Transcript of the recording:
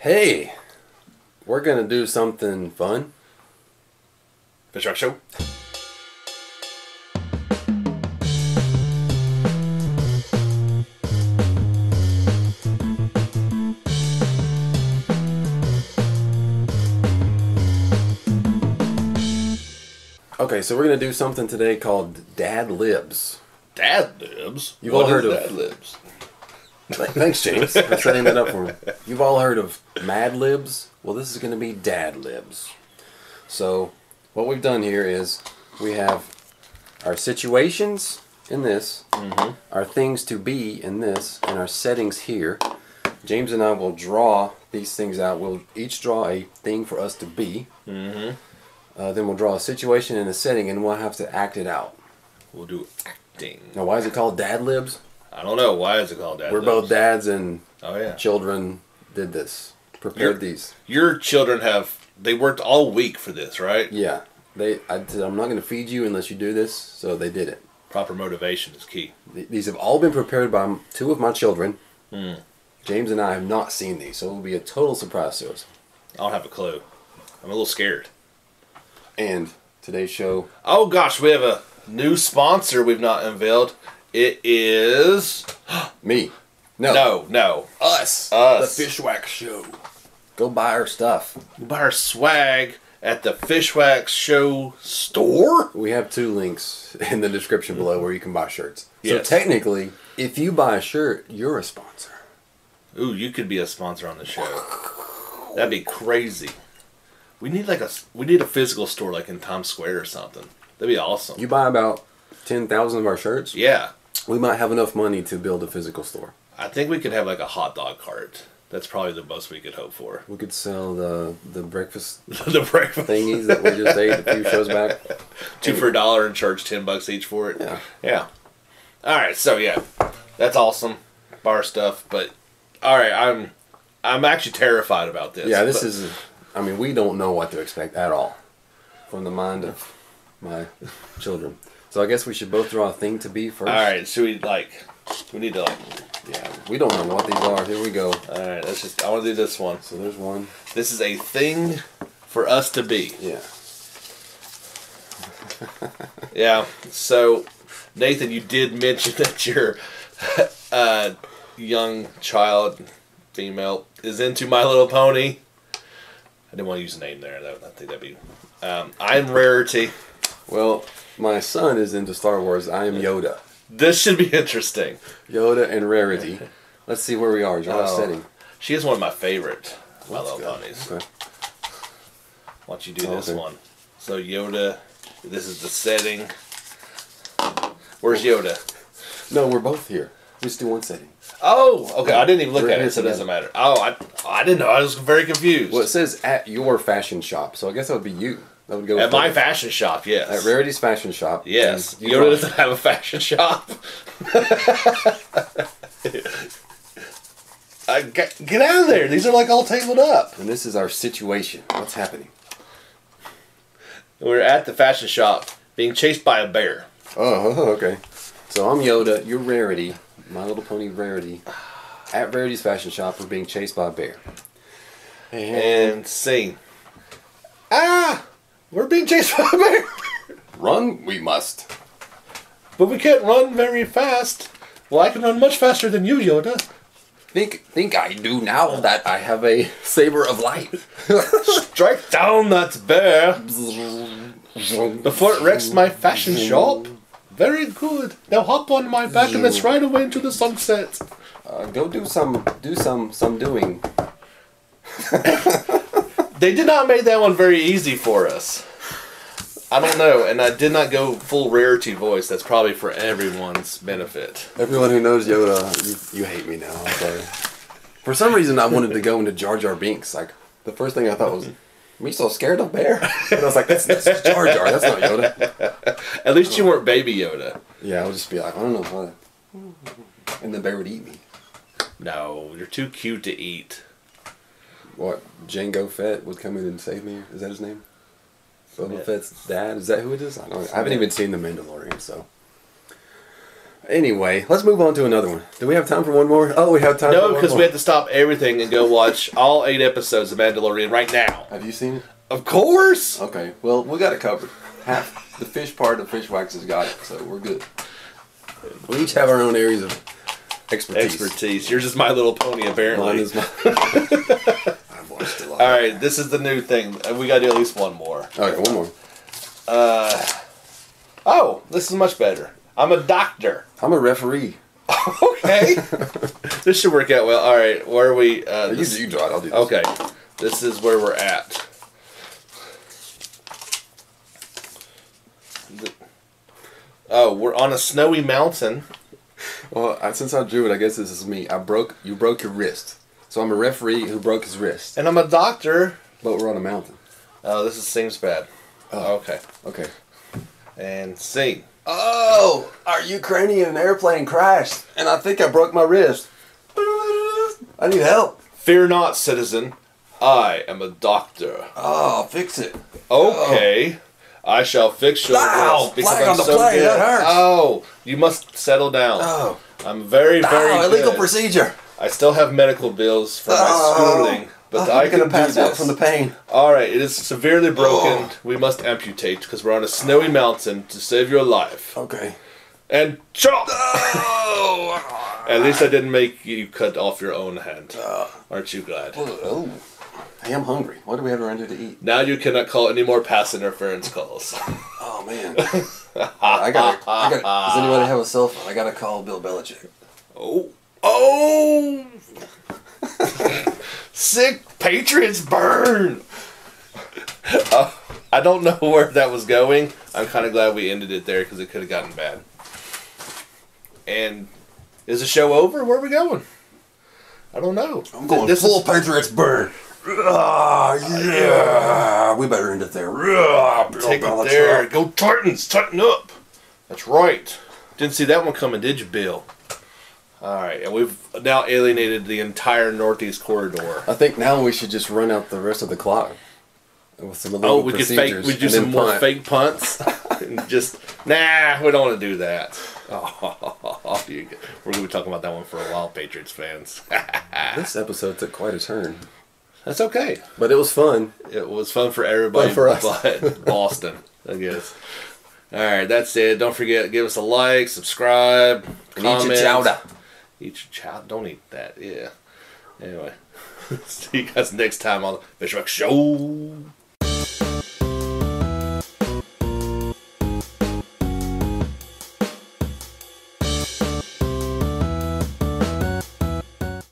Hey, we're gonna do something fun. Fish Rock Show. Okay, so we're gonna do something today called Dad Libs. Dad libs. You've all heard of- Dad libs. Thanks, James, for setting that up for me. You've all heard of Mad Libs. Well, this is gonna be Dad Libs. So, what we've done here is we have our situations in this, our things to be in this, and our settings here. James and I will draw these things out. We'll each draw a thing for us to be. Uh, then we'll draw a situation and a setting, and we'll have to act it out. We'll do acting. Now, why is it called dad libs? I don't know why is it called dad. We're both libs? dads, and Oh yeah. children did this, prepared these. Your children have they worked all week for this, right? Yeah, they. I said I'm not going to feed you unless you do this, so they did it. Proper motivation is key. Th- These have all been prepared by m- two of my children. Hmm. James and I have not seen these, so it will be a total surprise to us. I don't have a clue. I'm a little scared. And today's show, Oh gosh, we have a new sponsor we've not unveiled. It is me. No, no, no. us, Us. the Fishwack Show. Go buy our stuff. You buy our swag at the Fishwax Show store. We have two links in the description below where you can buy shirts. Yes. So technically, if you buy a shirt, you're a sponsor. Ooh, you could be a sponsor on the show. That'd be crazy. We need like a s- we need a physical store like in Times Square or something. That'd be awesome. You buy about 10,000 of our shirts, yeah, we might have enough money to build a physical store. I think we could have like a hot dog cart. That's probably the most we could hope for. We could sell the the breakfast the breakfast thingies that we just ate a few shows back. two for a dollar and charge ten bucks each for it. Yeah. yeah. All right, so yeah, that's awesome bar stuff. But all right, I'm I'm actually terrified about this. Yeah, this but- is, I mean, we don't know what to expect at all from the mind of my children. So I guess we should both draw a thing to be first. all right. Should we like we need to like Yeah, we don't know what these are. Here we go. all right? Let's just I want to do this one. So there's one. This is a thing for us to be. Yeah. Yeah. So, Nathan, you did mention that your uh, young child, female, is into My Little Pony. I didn't want to use a name there. That, I think that'd be. Um, I'm Rarity. Well, my son is into Star Wars. I am Yoda. This should be interesting. Yoda and Rarity. Let's see where we are. Draw a Oh, setting. She is one of my favorite My Let's Little go. Ponies. Okay. Why don't you do this Okay. one? So Yoda, this is the setting. Where's Yoda? No, we're both here. We just do one setting. Oh, okay. I didn't even look We're at here it, so it together. doesn't matter. Oh, I, I didn't know. I was very confused. Well, it says at your fashion shop, so I guess that would be you. That would go at with my Yoda. fashion shop, yes. at Rarity's fashion shop. Yes. And you Yoda draw- doesn't have a fashion shop. I, get, get out of there. These are like all tangled up. and this is our situation. What's happening? We're at the fashion shop being chased by a bear. Uh-huh, Oh, okay. So I'm Yoda. You're Rarity. My Little Pony Rarity. At Rarity's fashion shop, we're being chased by a bear. And scene. Ah! We're being chased by a bear. Run, we must. But we can't run very fast. Well, I can run much faster than you, Yoda. Think, think I do now that I have a saber of light. Strike down that bear. Before it wrecks my fashion shop. Very good. Now hop on my back and let's ride away into the sunset. Uh, go do some, do some, some doing. They did not make that one very easy for us. I don't know, and I did not go full rarity voice. That's probably for everyone's benefit. Everyone who knows Yoda, you, you hate me now. I'm sorry. For some reason, I wanted to go into Jar Jar Binks. Like the first thing I thought was, "Me so scared of bear." And I was like, "That's, that's Jar Jar. That's not Yoda." At least you weren't baby Yoda. Yeah, I would just be like, "I don't know why," and the bear would eat me. No, you're too cute to eat. What? Django Fett would come in and save me. Is that his name? Boba Yeah. Fett's dad. Is that who it is? I, don't, I haven't even seen The Mandalorian, so. Anyway, let's move on to another one. Do we have time for one more? Oh, we have time. for No, one because more. we have to stop everything and go watch all eight episodes of Mandalorian right now. Have you seen it? Of course. Okay, well, we got it covered. Half the fish part of fish wax has got it, so we're good. We each have our own areas of expertise. Expertise. Yours is My Little Pony, apparently. Mine is my- I've watched a lot. all right, this is the new thing. Uh, We got to do at least one more. Okay, one more. Oh, this is much better. I'm a doctor. I'm a referee. Okay. this should work out well. All right, where are we? Uh, You, this- you draw it. I'll do this. okay, this is where we're at. The- Oh, we're on a snowy mountain. Well, I, since I drew it, I guess this is me. I broke. You broke your wrist. So I'm a referee who broke his wrist. And I'm a doctor. But we're on a mountain. Oh, this is, seems bad. Okay. Okay. And scene. Oh, our Ukrainian airplane crashed, and I think I broke my wrist. I need help. Fear not, citizen. I am a doctor. Oh, fix it. Okay. I shall fix your Ow, wrist because flag I'm on the so plane, good. that hurts. Oh, you must settle down. Oh. I'm very, very Oh, good. illegal procedure. I still have medical bills for Oh. my schooling, but I I'm can gonna do pass out this. from the Oh. pain. All right, it is severely broken. We must amputate because we're on a snowy mountain to save your life. Okay. And chop! Ah. Oh. At least I didn't make you cut off your own hand. Ah. Aren't you glad? Oh, I am Uh, hungry. What do we have around here to eat? Now you cannot call any more pass interference calls. Oh man. I gotta, I gotta, does anybody have a cell phone? I gotta call Bill Belichick. Oh. Oh! Sick Patriots burn! Uh, I don't know where that was going. I'm kind of glad we ended it there because it could have gotten bad. And is the show over? Where are we going? I don't know. I'm going This is- full Patriots burn. Ah, yeah. We better end it there. Ah, Bill Take it Belichick. there. Go Tartans. Tighten up. That's right. Didn't see that one coming, did you, Bill? All right. And we've now alienated the entire Northeast corridor. I think now we should just run out the rest of the clock with some illegal Oh, we could procedures. fake. We do and then some more punt. fake punts. and just nah, we don't want to do that. Oh, you, we're gonna be talking about that one for a while, Patriots fans. This episode took quite a turn, That's okay. but it was fun. It was fun for everybody Fun for us. but Boston, I guess. All right, that's it. Don't forget, give us a like, subscribe, And eat your comment. chowder. Eat your chowder. Don't eat that. Yeah. Anyway, see you guys next time on the Fishback Show.